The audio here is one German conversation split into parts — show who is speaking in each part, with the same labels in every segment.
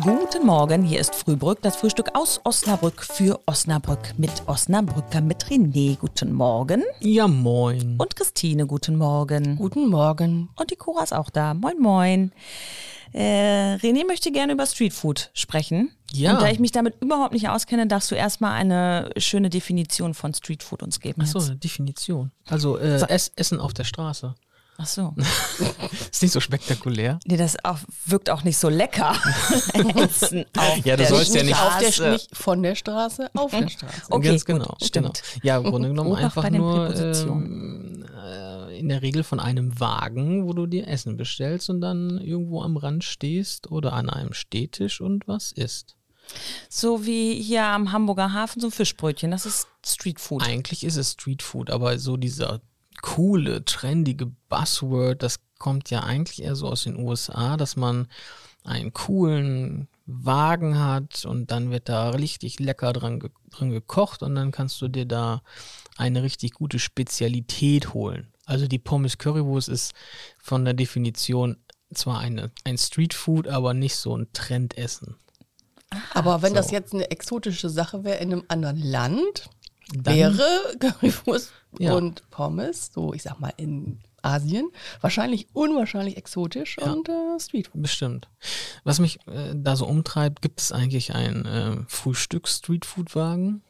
Speaker 1: Guten Morgen, hier ist Frühbrück, das Frühstück aus Osnabrück für Osnabrück mit Osnabrücker, mit René. Guten Morgen.
Speaker 2: Ja, moin.
Speaker 1: Und Christine, guten Morgen.
Speaker 3: Guten Morgen.
Speaker 1: Und die Cora ist auch da. Moin, moin. Äh, René möchte gerne über Streetfood sprechen.
Speaker 2: Ja.
Speaker 1: Und da ich mich damit überhaupt nicht auskenne, darfst du erstmal eine schöne Definition von Streetfood uns geben.
Speaker 2: Achso,
Speaker 1: jetzt.
Speaker 2: eine Definition. Also äh, Ess- Essen auf der Straße.
Speaker 1: Ach so.
Speaker 2: Ist nicht so spektakulär.
Speaker 1: Nee, das auch, wirkt auch nicht so lecker. Essen auf
Speaker 2: Ja, du
Speaker 1: der
Speaker 2: sollst
Speaker 1: Straße.
Speaker 2: ja nicht-
Speaker 3: auf der,
Speaker 2: Straße.
Speaker 3: nicht von der Straße, auf der Straße.
Speaker 1: Okay,
Speaker 2: Ganz
Speaker 1: gut,
Speaker 2: genau.
Speaker 1: stimmt.
Speaker 2: Genau. Ja, im Grunde genommen
Speaker 1: Obacht
Speaker 2: einfach
Speaker 1: bei den
Speaker 2: nur
Speaker 1: Präpositionen.
Speaker 2: ähm, äh, in der Regel von einem Wagen, wo du dir Essen bestellst und dann irgendwo am Rand stehst oder an einem Stehtisch und was isst.
Speaker 1: So wie hier am Hamburger Hafen so ein Fischbrötchen. Das ist Streetfood.
Speaker 2: Eigentlich ist es Streetfood, aber so dieser coole, trendige Buzzword, das kommt ja eigentlich eher so aus den USA, dass man einen coolen Wagen hat und dann wird da richtig lecker dran, ge drin gekocht und dann kannst du dir da eine richtig gute Spezialität holen. Also die Pommes Currywurst ist von der Definition zwar eine, ein Streetfood, aber nicht so ein Trendessen.
Speaker 3: Aber wenn das jetzt eine exotische Sache wäre in einem anderen Land,
Speaker 2: Dann-
Speaker 3: wäre Currywurst
Speaker 2: Ja.
Speaker 3: und Pommes, so ich sag mal in Asien, wahrscheinlich unwahrscheinlich exotisch und äh, Streetfood.
Speaker 2: Bestimmt. Was mich äh, da so umtreibt, gibt es eigentlich einen äh, Frühstück-Streetfood-Wagen?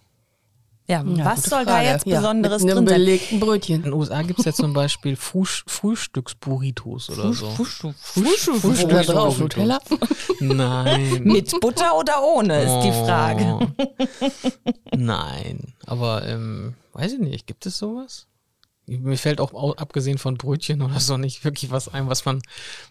Speaker 1: Ja, was
Speaker 3: gute
Speaker 1: soll da
Speaker 3: Frage.
Speaker 1: jetzt
Speaker 3: Ja,
Speaker 1: Besonderes
Speaker 3: mit einem
Speaker 1: drin sein?
Speaker 3: belegten Brötchen.
Speaker 2: In den USA gibt es ja zum Beispiel Fusch- Frühstücks-Burritos oder so. Frühstück-
Speaker 3: Frühstück da drauf, Nutella.
Speaker 2: Nein.
Speaker 1: Mit Butter oder ohne, ist die Frage.
Speaker 2: Oh. Nein. Aber ähm, weiß ich nicht, gibt es sowas? Mir fällt auch au- abgesehen von Brötchen oder so nicht wirklich was ein, was man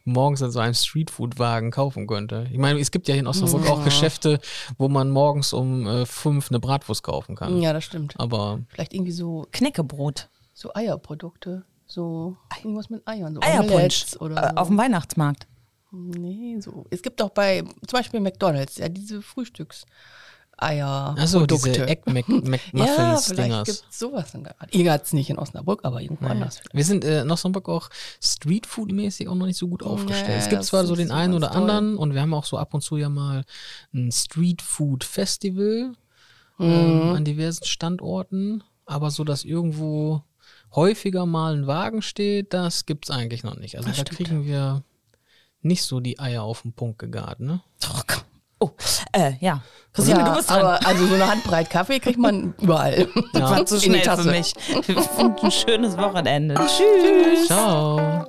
Speaker 2: morgens in so einem Streetfood-Wagen kaufen könnte. Ich meine, es gibt ja hier in Osnabrück auch Geschäfte, wo man morgens um äh, fünf eine Bratwurst kaufen kann.
Speaker 3: Ja, das stimmt.
Speaker 2: Aber
Speaker 3: Vielleicht irgendwie so,
Speaker 1: Knäckebrot,
Speaker 3: so Eierprodukte. So irgendwas mit Eiern. So
Speaker 1: Eierpunsch
Speaker 3: Omelettes Oder
Speaker 1: äh, auf dem Weihnachtsmarkt.
Speaker 3: Nee, so. Es gibt auch bei, zum Beispiel McDonalds, ja, diese Frühstückseier.
Speaker 2: Achso, diese Egg Mac Mac
Speaker 3: ja,
Speaker 2: Muffins
Speaker 3: vielleicht
Speaker 2: Dingers.
Speaker 3: gibt es sowas in der Art. Ihr hat's nicht in Osnabrück, aber irgendwo anders.
Speaker 2: Wir sind äh, in Osnabrück auch Streetfood-mäßig auch noch nicht so gut aufgestellt.
Speaker 3: Nee,
Speaker 2: es gibt
Speaker 3: das
Speaker 2: zwar so
Speaker 3: ist
Speaker 2: den
Speaker 3: so
Speaker 2: einen
Speaker 3: ganz
Speaker 2: oder
Speaker 3: toll.
Speaker 2: anderen und wir haben auch so ab und zu ja mal ein Streetfood-Festival
Speaker 3: Mhm.
Speaker 2: ähm, an diversen Standorten, aber so, dass irgendwo häufiger mal ein Wagen steht, das gibt es eigentlich noch nicht. Also da kriegen wir nicht so die Eier auf den Punkt gegart, ne?
Speaker 1: Oh, äh, ja. Christine, du bist dran.
Speaker 3: Aber also so eine Handbreit Kaffee kriegt man überall.
Speaker 2: Ja.
Speaker 1: War zu
Speaker 3: in die
Speaker 1: schnell für
Speaker 3: Tasse.
Speaker 1: mich. Ein schönes Wochenende. Tschüss.
Speaker 2: Ciao!